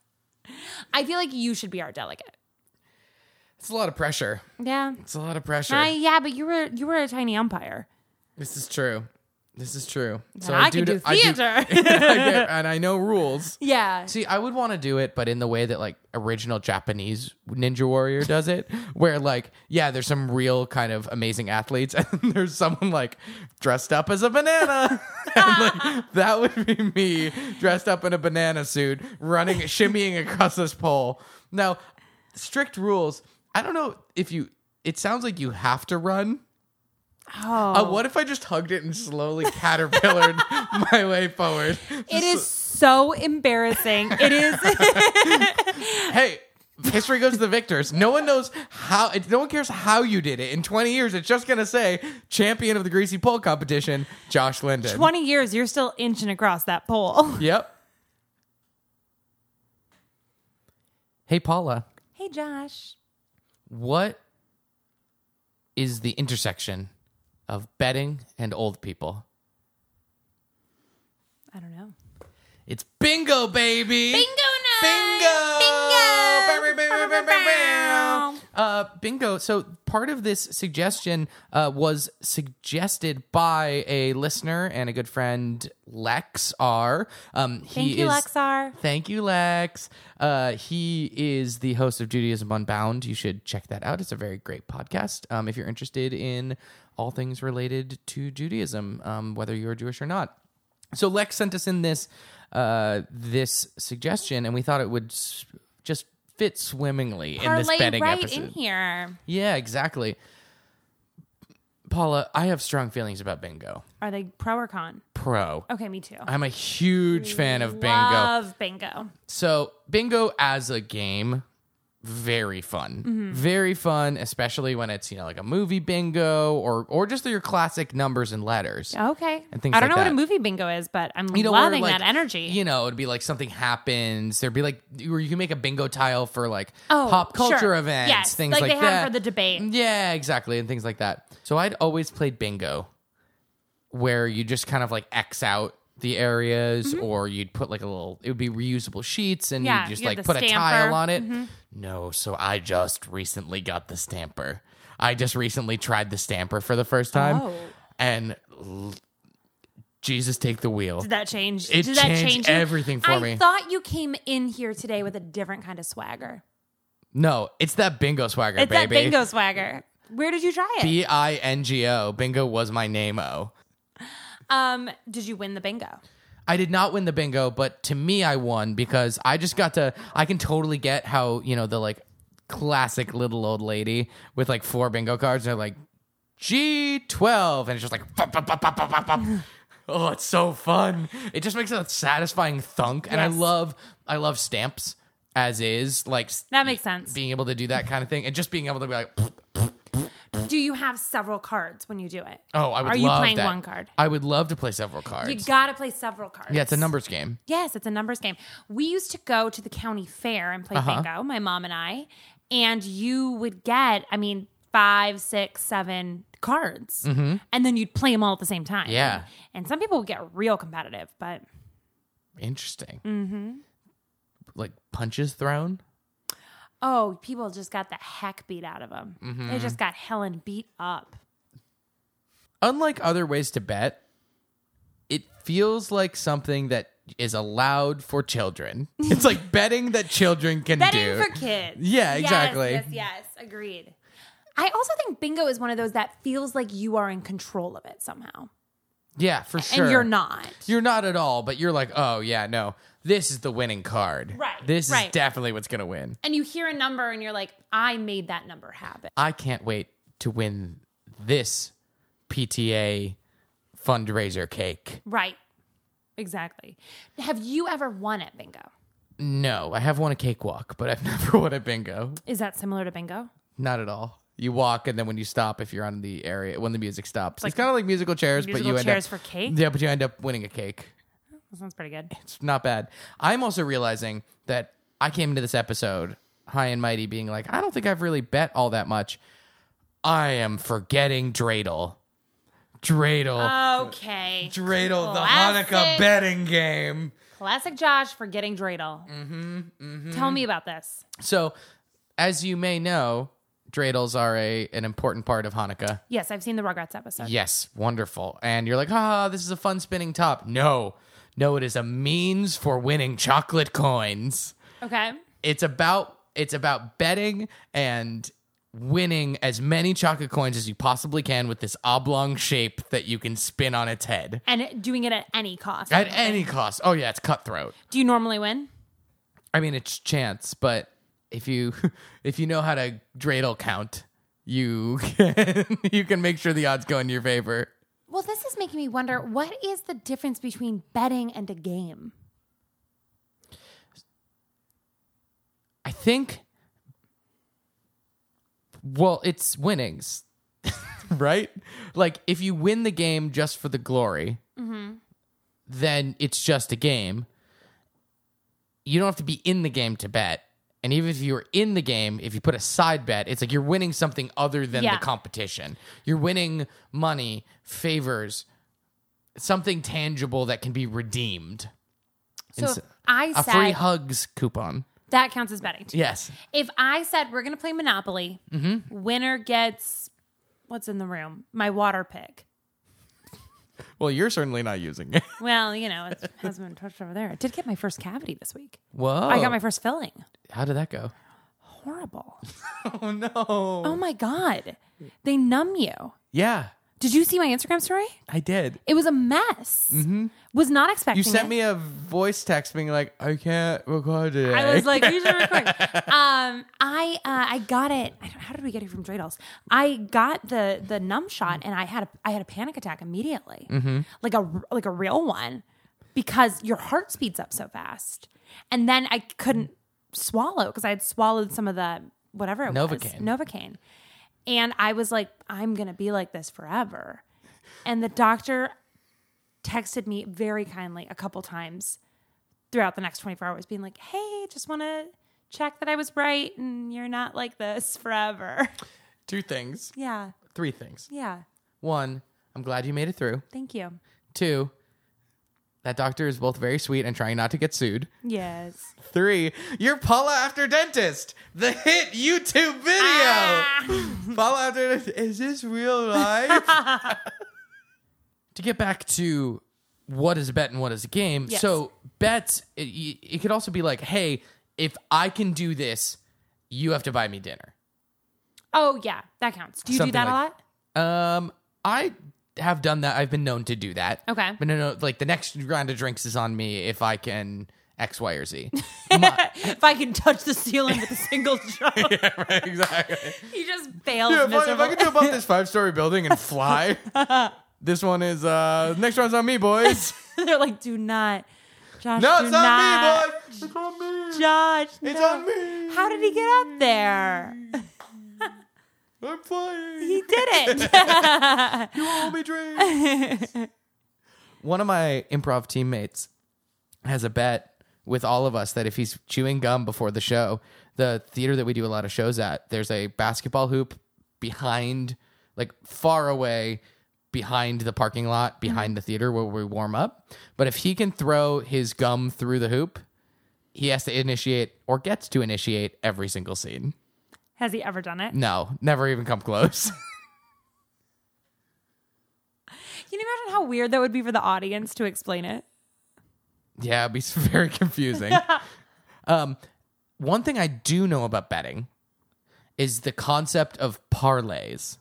I feel like you should be our delegate.
it's a lot of pressure.
Yeah.
It's a lot of pressure.
I, yeah, but you were you were a tiny umpire.
This is true. This is true. So
And I, could do,
I
theater.
I do- and I know rules.
yeah.
See, I would want to do it, but in the way that like original Japanese Ninja Warrior does it, where like, yeah, there's some real kind of amazing athletes, and there's someone like dressed up as a banana. and, like, that would be me dressed up in a banana suit, running, shimmying across this pole. Now, strict rules. I don't know if you. It sounds like you have to run.
Oh.
Uh, what if I just hugged it and slowly caterpillared my way forward?
It is so embarrassing. It is.
Hey, history goes to the victors. No one knows how. it- No one cares how you did it. In 20 years, it's just gonna say champion of the greasy pole competition, Josh Linden.
20 years, you're still inching across that pole.
Yep. Hey Paula,
Hey, Josh.
what is the intersection of betting and old people?
I don't know.
It's bingo, baby.
Bingo Bingo!
Bingo! Bow, bow, bow, bow, bow, bow. Uh, bingo. So part of this suggestion uh, was suggested by a listener and a good friend, Lex R. Um, he
Thank you,
is-
Lexar.
Thank you, Lex. Uh, he is the host of Judaism Unbound. You should check that out. It's a very great podcast. Um, if you're interested in all things related to Judaism, um, whether you're Jewish or not. So Lex sent us in this uh, this suggestion, and we thought it would s- just fit swimmingly in this
Parlay
betting
right
episode.
in here.
Yeah, exactly. Paula, I have strong feelings about bingo.
Are they pro or con?
Pro.
Okay, me too.
I'm a huge fan of bingo.
Love bingo.
So, bingo as a game, very fun. Very fun, especially when it's, you know, like a movie bingo or or just your classic numbers and letters.
Okay.
And things
I don't
like
know
that.
what a movie bingo is, but I'm
You know, where,
loving
like,
that energy.
You know, it'd be like something happens. There'd be like, or you can make a bingo tile for like
Oh,
pop culture
sure.
events,
Yes,
things
like
like,
they have
that.
for the debate.
Yeah, exactly, and things like that. So I'd always played bingo, where you just kind of like X out the areas, or you'd put like a little. It would be reusable sheets, and
Mm-hmm. Yeah,
you just
you have
like
the
put a
stamper. Mm-hmm.
tile on it. No, so I just recently got the stamper. I just recently tried the stamper for the first time,
Oh.
and. l- Jesus, take the wheel.
Did that change?
It
did that
changed
change you?
everything for
I
me.
thought you came in here today with a different kind of swagger.
No, it's that bingo swagger,
It's
baby.
that bingo swagger. Where did you try it?
B I N G O. Bingo was my name O.
Um, did you win the bingo?
I did not win the bingo, but to me, I won because I just got to. I can totally get how you know the like classic little old lady with like four bingo cards. And they're like G twelve, and it's just like "Fup, fup, fup, fup, fup, fup, fup." oh, it's so fun. It just makes a satisfying thunk, and I
Yes.
love I love stamps as is like s-
That makes sense.
being able to do that kind of thing and just being able to be like
Do you have several cards when you do it?
oh I would
Are
love
you playing
that.
one card?
I would love to play several cards.
You gotta play several cards.
yeah, it's a numbers game.
Yes, it's a numbers game. We used to go to the county fair and play
Uh-huh.
bingo, my mom and I, and you would get, I mean, five, six, seven cards, and then you'd play them all at the same time.
Mm-hmm. Yeah.
And some people would get real competitive, but
Interesting. Mm-hmm. Like punches thrown.
oh, people just got the heck beat out of them.
Mm-hmm.
They just got Helen beat up.
unlike other ways to bet, it feels like something that is allowed for children. It's like betting that children can
Betting
do.
for kids.
Yeah,
Yes,
exactly.
Yes, yes, agreed. I also think bingo is one of those that feels like you are in control of it somehow,
yeah, for sure.
and you're not.
You're not at all, but you're like, oh yeah, no, this is the winning card.
Right,
This
right.
is definitely what's gonna win.
and you hear a number and you're like, I made that number happen.
I can't wait to win this PTA fundraiser cake.
Right. Exactly. Have you ever won at bingo?
No, I have won a cakewalk, but I've never won a bingo.
Is that similar to bingo?
Not at all. You walk, and then when you stop, if you're on the area, when the music stops, it's kind of like musical chairs,
musical
but you
chairs
end
for
up,
cake?
Yeah, but you end up winning a cake.
That sounds pretty good.
It's not bad. I'm also realizing that I came into this episode high and mighty, being like, I don't think I've really bet all that much. I am forgetting dreidel, dreidel,
Okay.
dreidel,
Uh, classic.
the Hanukkah betting game.
Classic Josh for getting dreidel. Mm-hmm, Tell me about this.
So, as you may know, dreidels are a an important part of Hanukkah.
Yes, I've seen the Rugrats episode.
Yes, wonderful. And you're like, ah, this is a fun spinning top. No, no, it is a means for winning chocolate coins.
Okay.
It's about it's about betting and winning as many chocolate coins as you possibly can with this oblong shape that you can spin on its head
And doing it at any cost.
at any cost. Oh yeah, it's cutthroat.
Do you normally win?
I mean, it's chance, but if you if you know how to dreidel count, you can, you can make sure the odds go in your favor.
Well, this is making me wonder what is the difference between betting and a game?
I think. Well, it's winnings, right? Like if you win the game just for the glory, then it's just a game. You don't have to be in the game to bet. And even if you're in the game, if you put a side bet, it's like you're winning something other than
Yeah.
the competition. You're winning money, favors, something tangible that can be redeemed.
So
Ins-
if I
A
said
free hugs coupon.
that counts as betting.
Yes.
If I said we're going to play Monopoly, winner gets what's in the room? My water pick.
Well, you're certainly not using it.
Well, you know, it hasn't been touched over there. I did get my first cavity this week.
Whoa.
I got my first filling.
How did that go?
Horrible.
Oh no.
Oh my God. They numb you.
Yeah,
Did you see my Instagram story?
I did.
It was a mess. Mm-hmm. Was not expecting
You sent
it.
me a voice text being like, I can't record today.
I was like, you should record. um, I uh, I got it. I don't, how did we get it from Dreidels? I got the the numb shot, and I had a I had a panic attack immediately, like a like a real one, because your heart speeds up so fast, and then I couldn't swallow because I had swallowed some of the whatever it
Novocaine.
was Novocaine, and I was like, I'm gonna be like this forever, and the doctor texted me very kindly a couple times throughout the next 24 hours being like, hey, just want to check that I was right and you're not like this forever.
two things,
yeah.
three things.
Yeah.
One, I'm glad you made it through.
Thank you.
Two, that doctor is both very sweet and trying not to get sued.
Yes.
Three, you're Paula After Dentist, the hit YouTube video.
Ah!
Paula After Dentist, is this real life? to get back to what is a bet and what is a game.
Yes.
So, bets, it, y- it could also be like, hey, if I can do this, you have to buy me dinner.
Oh, yeah. That counts. Do you
Something
do that
like-
a lot?
Um, I have done that. I've been known to do that.
Okay.
But no, no, like the next round of drinks is on me if I can X, Y, or Z. My-
if I can touch the ceiling with a single drop,
right, exactly.
he just fails.
Yeah, if, I, if
miserably.
I could do above this five story building and fly, this one is, uh, next one's on me, boys.
They're like, do not, Josh.
No,
do
it's
not.
on me, boys. It's on me.
Josh,
It's
no.
on me.
How did he get up there?
I'm flying.
He did it.
Call me drinks. One of my improv teammates has a bet with all of us that if he's chewing gum before the show, the theater that we do a lot of shows at, there's a basketball hoop behind, like far away behind the parking lot, behind the theater where we warm up. But if he can throw his gum through the hoop, he has to initiate or gets to initiate every single scene.
Has he ever done it?
No, never even come close.
Can you imagine how weird that would be for the audience to explain it?
Yeah, it'd be s- very confusing. um, one thing I do know about betting is the concept of parlays.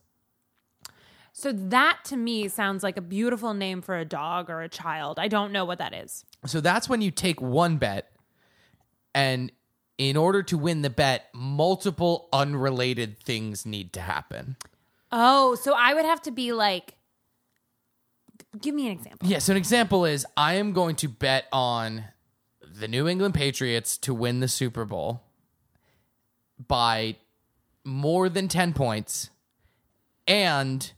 So that to me sounds like a beautiful name for a dog or a child. I don't know what that is.
So that's when you take one bet, and in order to win the bet, multiple unrelated things need to happen.
Oh, so I would have to be like, give me an example.
Yeah, so an example is I am going to bet on the New England Patriots to win the Super Bowl by more than 10 points and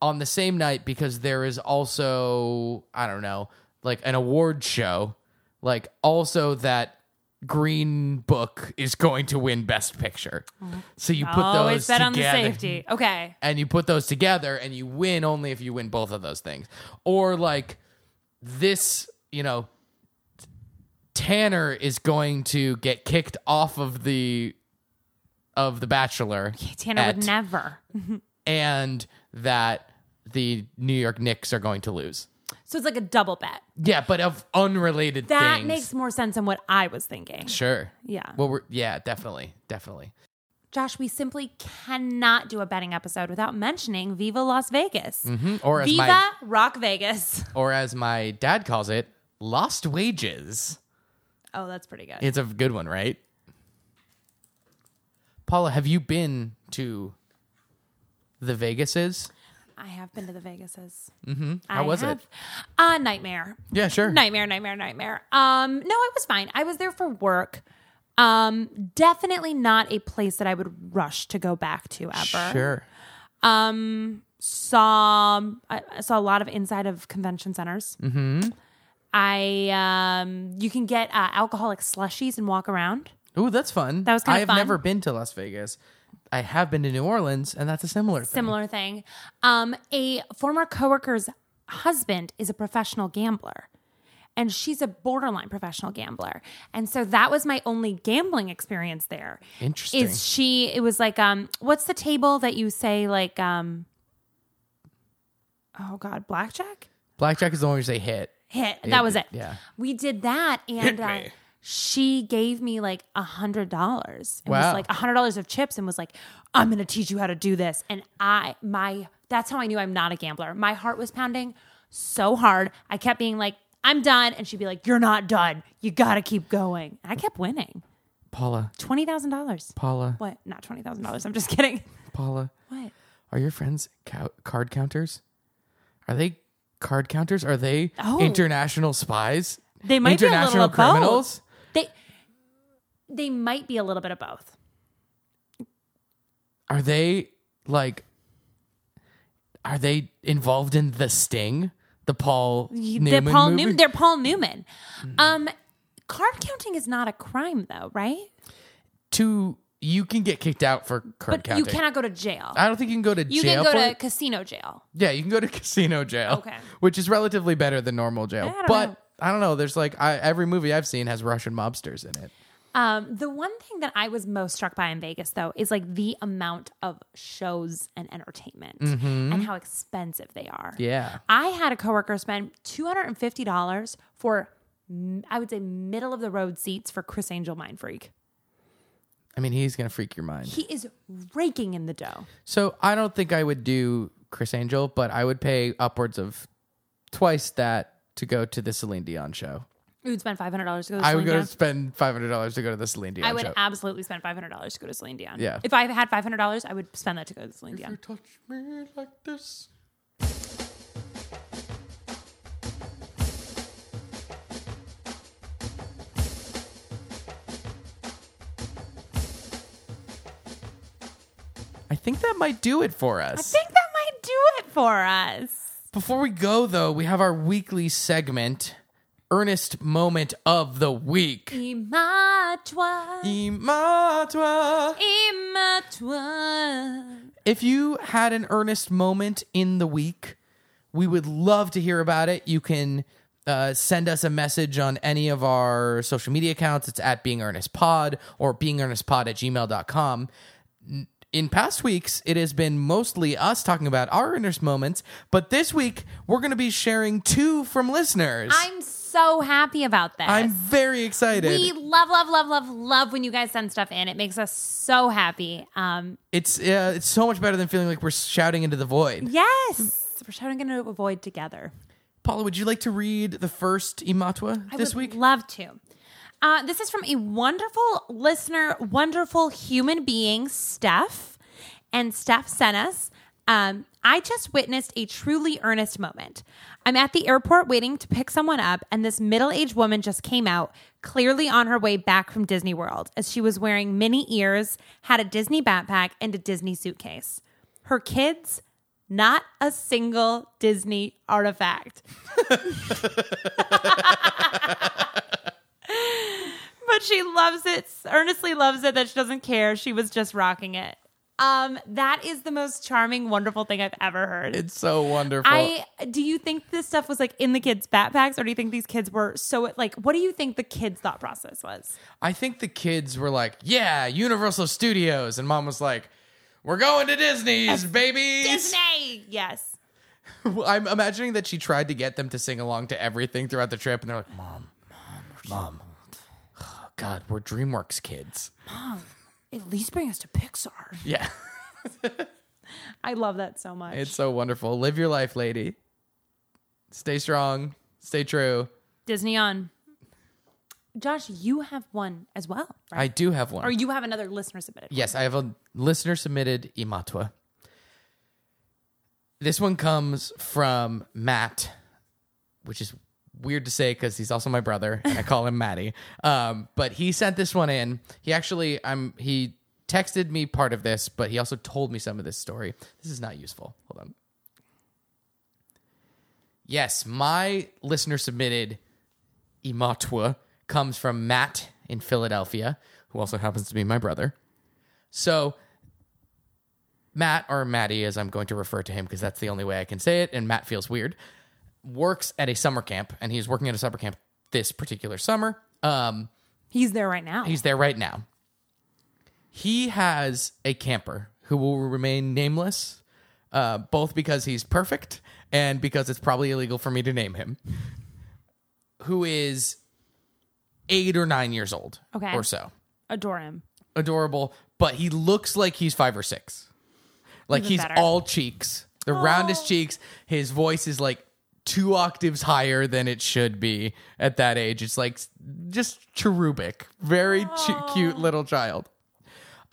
on the same night because there is also, I don't know, like an award show, like also that Green Book is going to win Best Picture. So you put
Always
those
Oh, bet
together
on the safety. Okay.
and you put those together and you win only if you win both of those things or like this you know tanner is going to get kicked off of the of the bachelor
Tanner
at-
would never.
and that the new york knicks are going to lose
So it's like a double bet.
yeah but of unrelated
That
things
makes more sense than what I was thinking.
sure
Yeah.
well we're yeah definitely definitely
Josh, we simply cannot do a betting episode without mentioning Viva Las Vegas.
Hmm? or as
Viva
my
Rock Vegas.
or as my dad calls it lost wages
Oh, that's pretty good.
It's a good one, right? Paula, have you been to the Vegases?
I have been to the Vegases.
How
I
was
have.
it?
A nightmare.
Yeah, sure.
Nightmare, nightmare, nightmare. Um, no, I was fine. I was there for work. Um, definitely not a place that I would rush to go back to ever.
Sure.
Saw I, I saw a lot of inside of convention centers. Mm-hmm. I um, you can get uh, alcoholic slushies and walk around.
Ooh, that's fun.
That was kinda
I have
fun.
never been to Las Vegas. I have been to New Orleans, and that's a similar thing.
Similar thing. Um, a former coworker's husband is a professional gambler. And she's a borderline professional gambler. And so that was my only gambling experience there.
Interesting.
Is she it was like um what's the table that you say like um Oh god, blackjack?
Blackjack is the one where you say hit.
Hit. that was it.
yeah.
We did that and uh,
me.
she gave me like a hundred dollars. It
Wow.
was like a hundred dollars of chips and was like, I'm gonna teach you how to do this. And I my that's how I knew I'm not a gambler. My heart was pounding so hard. I kept being like, I'm done. And she'd be like, You're not done. You gotta keep going. And I kept winning.
Paula,
Twenty thousand dollars.
Paula,
What? Not twenty thousand dollars. I'm just kidding.
Paula,
What?
are your friends cou- card counters? Are they card counters? Are they
Oh.
international spies?
They might be a little
international
of both.
criminals?
They they might be a little bit of both.
Are they like? Are they involved in the Sting, the Paul Newman
they're Paul
movie?
Newman. They're Paul Newman. Um, card counting is not a crime though, right?
to you can get kicked out for card
But
counting.
you cannot go to jail.
I don't think you can go to
You can
jail
go
for
to
it.
casino jail.
Yeah, you can go to casino jail.
Okay.
which is relatively better than normal jail.
I don't
but
know.
I don't know. There's like I, every movie I've seen has Russian mobsters in it.
Um, the one thing that I was most struck by in Vegas though is like the amount of shows and entertainment and how expensive they are.
Mm-hmm. Yeah.
I had a coworker spend two hundred and fifty dollars for, mm, I would say, middle of the road seats for Chris Angel Mind Freak.
I mean, he's gonna freak your mind.
He is raking in the dough.
So I don't think I would do Chris Angel, but I would pay upwards of twice that to go to the Celine Dion show.
You'd spend five hundred dollars to go. To
I would
Celine
go
Dion.
to spend five hundred dollars to go to the Celine Dion
I would
show.
absolutely spend five hundred dollars to go to Celine Dion.
Yeah. Mm-hmm.
If I had five hundred dollars, I would spend that to go to Celine Dion.
touch me like this. I think that might do it for us.
I think that might do it for us.
Before we go, though, we have our weekly segment, Earnest Moment of the
Mm.
Week.
Imagine,
Imatwa.
imagine.
If you had an earnest moment in the week, we would love to hear about it. You can uh, send us a message on any of our social media accounts. It's at Being Earnest Pod or Being Earnest Pod at gmail.com. In past weeks, it has been mostly us talking about our earnest moments, but this week, we're going to be sharing two from listeners.
I'm so happy about this.
I'm very excited.
we love, love, love, love, love when you guys send stuff in. It makes us so happy. Um,
it's uh, it's so much better than feeling like we're shouting into the void.
yes, we're shouting into a void together.
Paula, would you like to read the first Imatwa this
would
week?
Love to. Uh, this is from a wonderful listener, wonderful human being, Steph. And Steph sent us. Um, I just witnessed a truly earnest moment. I'm at the airport waiting to pick someone up, and this middle aged woman just came out, clearly on her way back from Disney World, as she was wearing mini ears, had a Disney backpack, and a Disney suitcase. Her kids, not a single Disney artifact. but she loves it earnestly loves it that she doesn't care she was just rocking it um that is the most charming wonderful thing i've ever heard
It's so wonderful.
i do you think this stuff was like in the kids backpacks or do you think these kids were so like what do you think the kids thought process was
I think the kids were like, "Yeah, Universal Studios," and Mom was like, "We're going to Disney's, babies."
disney yes
I'm imagining that she tried to get them to sing along to everything throughout the trip, and they're like, "Mom, mom, mom." Oh, God, we're DreamWorks kids.
at least bring us to pixar
Yeah,
i love that so much
it's so wonderful. Live your life, lady. Stay strong. Stay true.
disney on josh you have one as well right?
I do have one.
or you have another listener submitted
Yes, I have a listener submitted imatwa. This one comes from Matt, which is weird to say because he's also my brother, and I call him Matty. Um, but he sent this one in. He actually, I'm he texted me part of this, but he also told me some of this story. This is not useful. Hold on. Yes, my listener submitted imatwa comes from Matt in Philadelphia, who also happens to be my brother. So Matt or Matty, as I'm going to refer to him because that's the only way I can say it, and Matt feels weird, works at a summer camp, and he's working at a summer camp this particular summer. Um,
he's there right now
he's there right now. He has a camper who will remain nameless, uh, both because he's perfect and because it's probably illegal for me to name him, who is eight or nine years old
Okay.
or so
adore him
adorable, but he looks like he's five or six. Like
Even
he's
better.
all cheeks, the roundest cheeks. His voice is like two octaves higher than it should be at that age. It's like s- just cherubic, very chu- cute little child.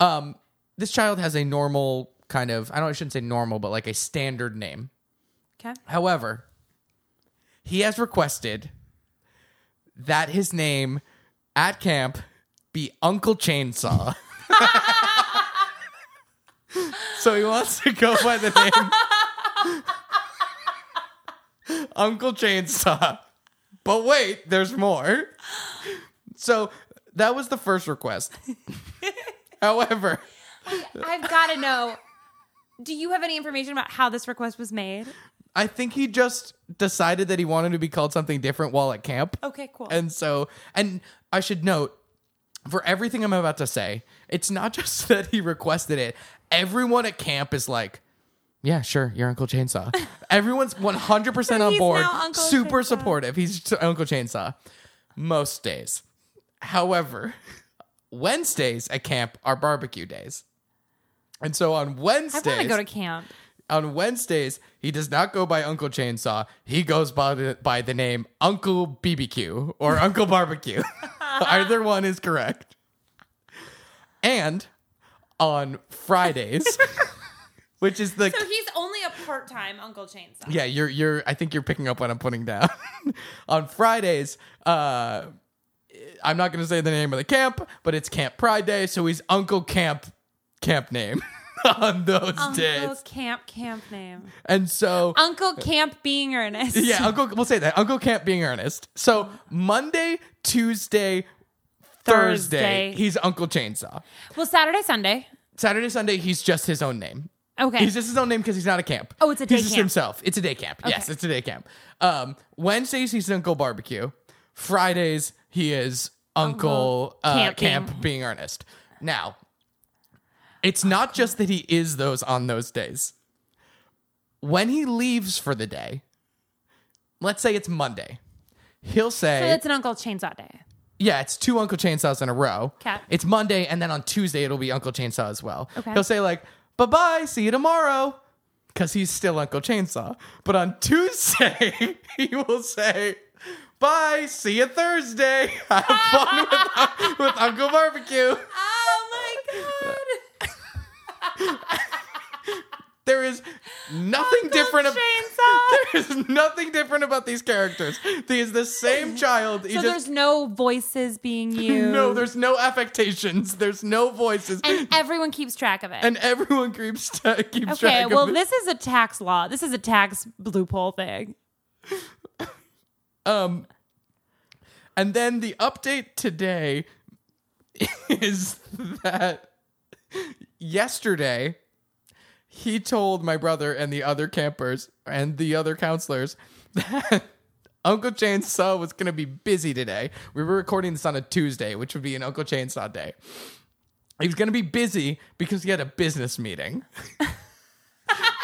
Um, this child has a normal kind of I don't I shouldn't say normal, but like a standard name.
okay
However, he has requested that his name at camp be Uncle Chainsaw. so he wants to go by the name Uncle Chainsaw. But wait, there's more. So that was the first request. However,
I've got to know. Do you have any information about how this request was made?
I think he just decided that he wanted to be called something different while at camp.
Okay, cool.
And so, and I should note for everything I'm about to say, it's not just that he requested it. Everyone at camp is like, yeah, sure, your Uncle Chainsaw. Everyone's 100% on
He's
board,
now Uncle
super
Chainsaw.
supportive. He's t- Uncle Chainsaw most days. However, Wednesdays at camp are barbecue days. And so on
I
Wednesdays,
want to go to camp.
On Wednesdays, he does not go by Uncle Chainsaw. He goes by the, by the name Uncle BBQ or Uncle Barbecue. Either one is correct. And on Fridays, which is the
So he's only a part time Uncle Chainsaw.
yeah, you're you're I think you're picking up what I'm putting down. On Fridays, uh I'm not gonna say the name of the camp, but it's Camp Pride Day, so he's Uncle Camp camp name on those
Uncle
days.
Camp Camp name.
And so
Uncle Camp being earnest.
yeah, Uncle we'll say that. Uncle Camp being earnest. So Monday, Tuesday, Thursday,
Thursday.
he's Uncle Chainsaw.
Well, Saturday, Sunday.
Saturday, Sunday, he's just his own name.
Okay.
He's just his own name because he's not a camp.
Oh, it's a day
he's just
camp.
himself. It's a day camp. Yes,
Okay.
it's a day camp. Um, Wednesdays he's Uncle Barbecue. Fridays he is Uncle,
Uncle
uh,
Camping.
Camp being Ernest. Now, it's not just that he is those on those days. When he leaves for the day, let's say it's Monday, he'll say,
so it's an Uncle Chainsaw Day.
yeah, it's two Uncle Chainsaws in a row.
Okay.
It's Monday, and then on Tuesday it'll be Uncle Chainsaw as well.
Okay.
He'll say like, "Bye bye, see you tomorrow," because he's still Uncle Chainsaw. But on Tuesday he will say, "Bye, see you Thursday. Have fun with, with Uncle Barbecue."
Oh my god.
There is nothing different. ab-
Chainsaw.
there is nothing different about these characters. He is the same child.
So
He just
there's no voices being used.
no, there's no affectations. There's no voices.
and everyone keeps track of it.
and everyone keeps keeps track
okay,
of
well
it.
this is a tax law. This is a tax loophole thing.
Um, and then the update today is that yesterday he told my brother and the other campers and the other counselors that Uncle Chainsaw was going to be busy today. We were recording this on a Tuesday, which would be an Uncle Chainsaw day. He was going to be busy because he had a business meeting.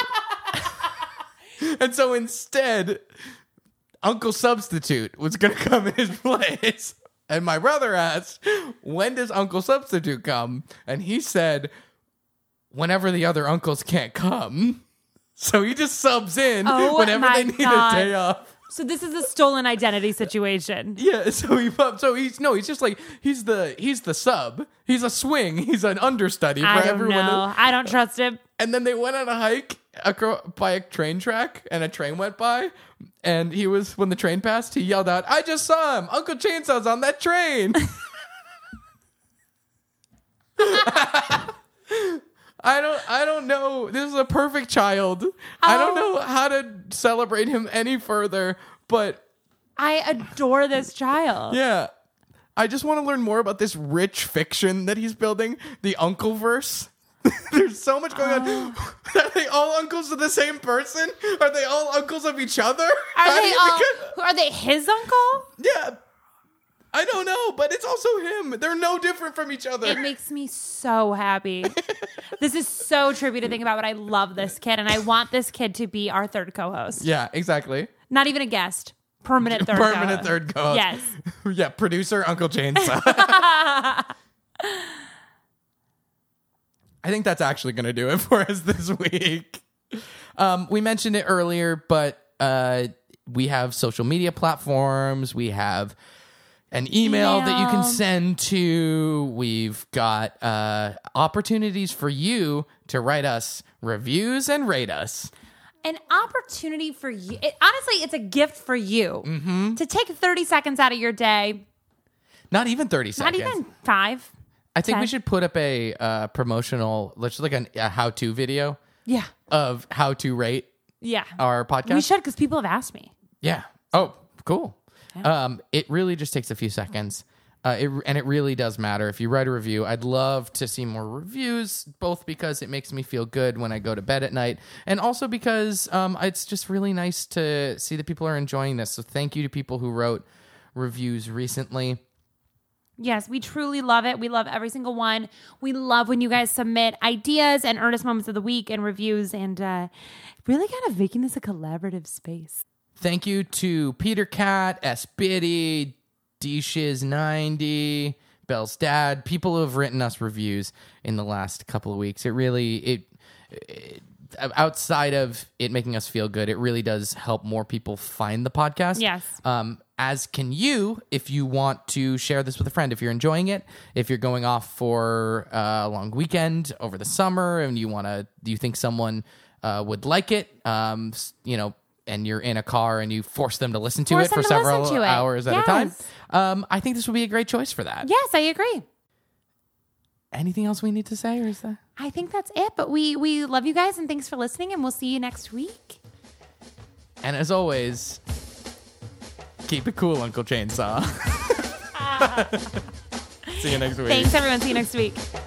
and so instead, Uncle Substitute was going to come in his place. And my brother asked, When does Uncle Substitute come? And he said, Whenever the other uncles can't come. So he just subs in
Oh
whenever
my
they need
God.
a day off.
So this is a stolen identity situation.
Yeah, so he so he's no, he's just like he's the he's the sub. He's a swing. He's an understudy for
I don't
everyone.
know.
else.
I don't trust him.
And then they went on a hike across, by a train track, and a train went by. And he was when the train passed, he yelled out, "I just saw him, Uncle Chainsaw's on that train." I don't I don't know. This is a perfect child. I don't
Oh.
know how to celebrate him any further, but
I adore this child.
yeah. I just want to learn more about this rich fiction that he's building, the uncle verse. There's so much going on. Are they all uncles of the same person? Are they all uncles of each other? How
Are
do
they
you
all,
become-
who- are they his uncle?
Yeah. I don't know, but it's also him. They're no different from each other.
It makes me so happy. this is so trippy to think about, but I love this kid and I want this kid to be our third co-host.
yeah, exactly.
Not even a guest. Permanent third
Permanent
co-host.
third co
Yes.
yeah, producer Uncle Chainsaw. I think that's actually going to do it for us this week. Um, we mentioned it earlier, but uh, we have social media platforms. We have an email, that you can
Email.
send to. We've got uh, opportunities for you to write us reviews and rate us.
An opportunity for you. It, honestly, it's a gift for you
Mm-hmm.
to take 30 seconds out of your day.
Not even 30
Not
seconds.
even five.
I think we
ten.
should put up a uh, promotional, let's like an, a how to video
Yeah.
of how to rate
Yeah.
our podcast.
We should because people have asked me.
Yeah. Oh, cool. Um, it really just takes a few seconds. Uh, it, and it really does matter if you write a review. I'd love to see more reviews, both because it makes me feel good when I go to bed at night, and also because um, it's just really nice to see that people are enjoying this. So thank you to people who wrote reviews recently.
Yes, we truly love it. We love every single one. We love when you guys submit ideas and earnest moments of the week and reviews and uh, really kind of making this a collaborative space.
Thank you to Peter Cat, S Biddy, Dishes ninety, Bell's dad, people who have written us reviews in the last couple of weeks. It really it, it outside of it making us feel good, it really does help more people find the podcast.
Yes.
Um, as can you if you want to share this with a friend. If you're enjoying it, if you're going off for uh, a long weekend over the summer and you want to, you think someone uh, would like it, um, s- you know, and you're in a car and you force them to listen to
Force
it
them
for
to listen
several
to it.
hours at a time.
Yes.
Um, I think this would be a great choice for that.
Yes, I agree.
Anything else we need to say, or is that?
I think that's it. But we we love you guys and thanks for listening and we'll see you next week.
And as always, keep it cool,
Ah.
Uncle Chainsaw. See you next week.
Thanks everyone. See you next week.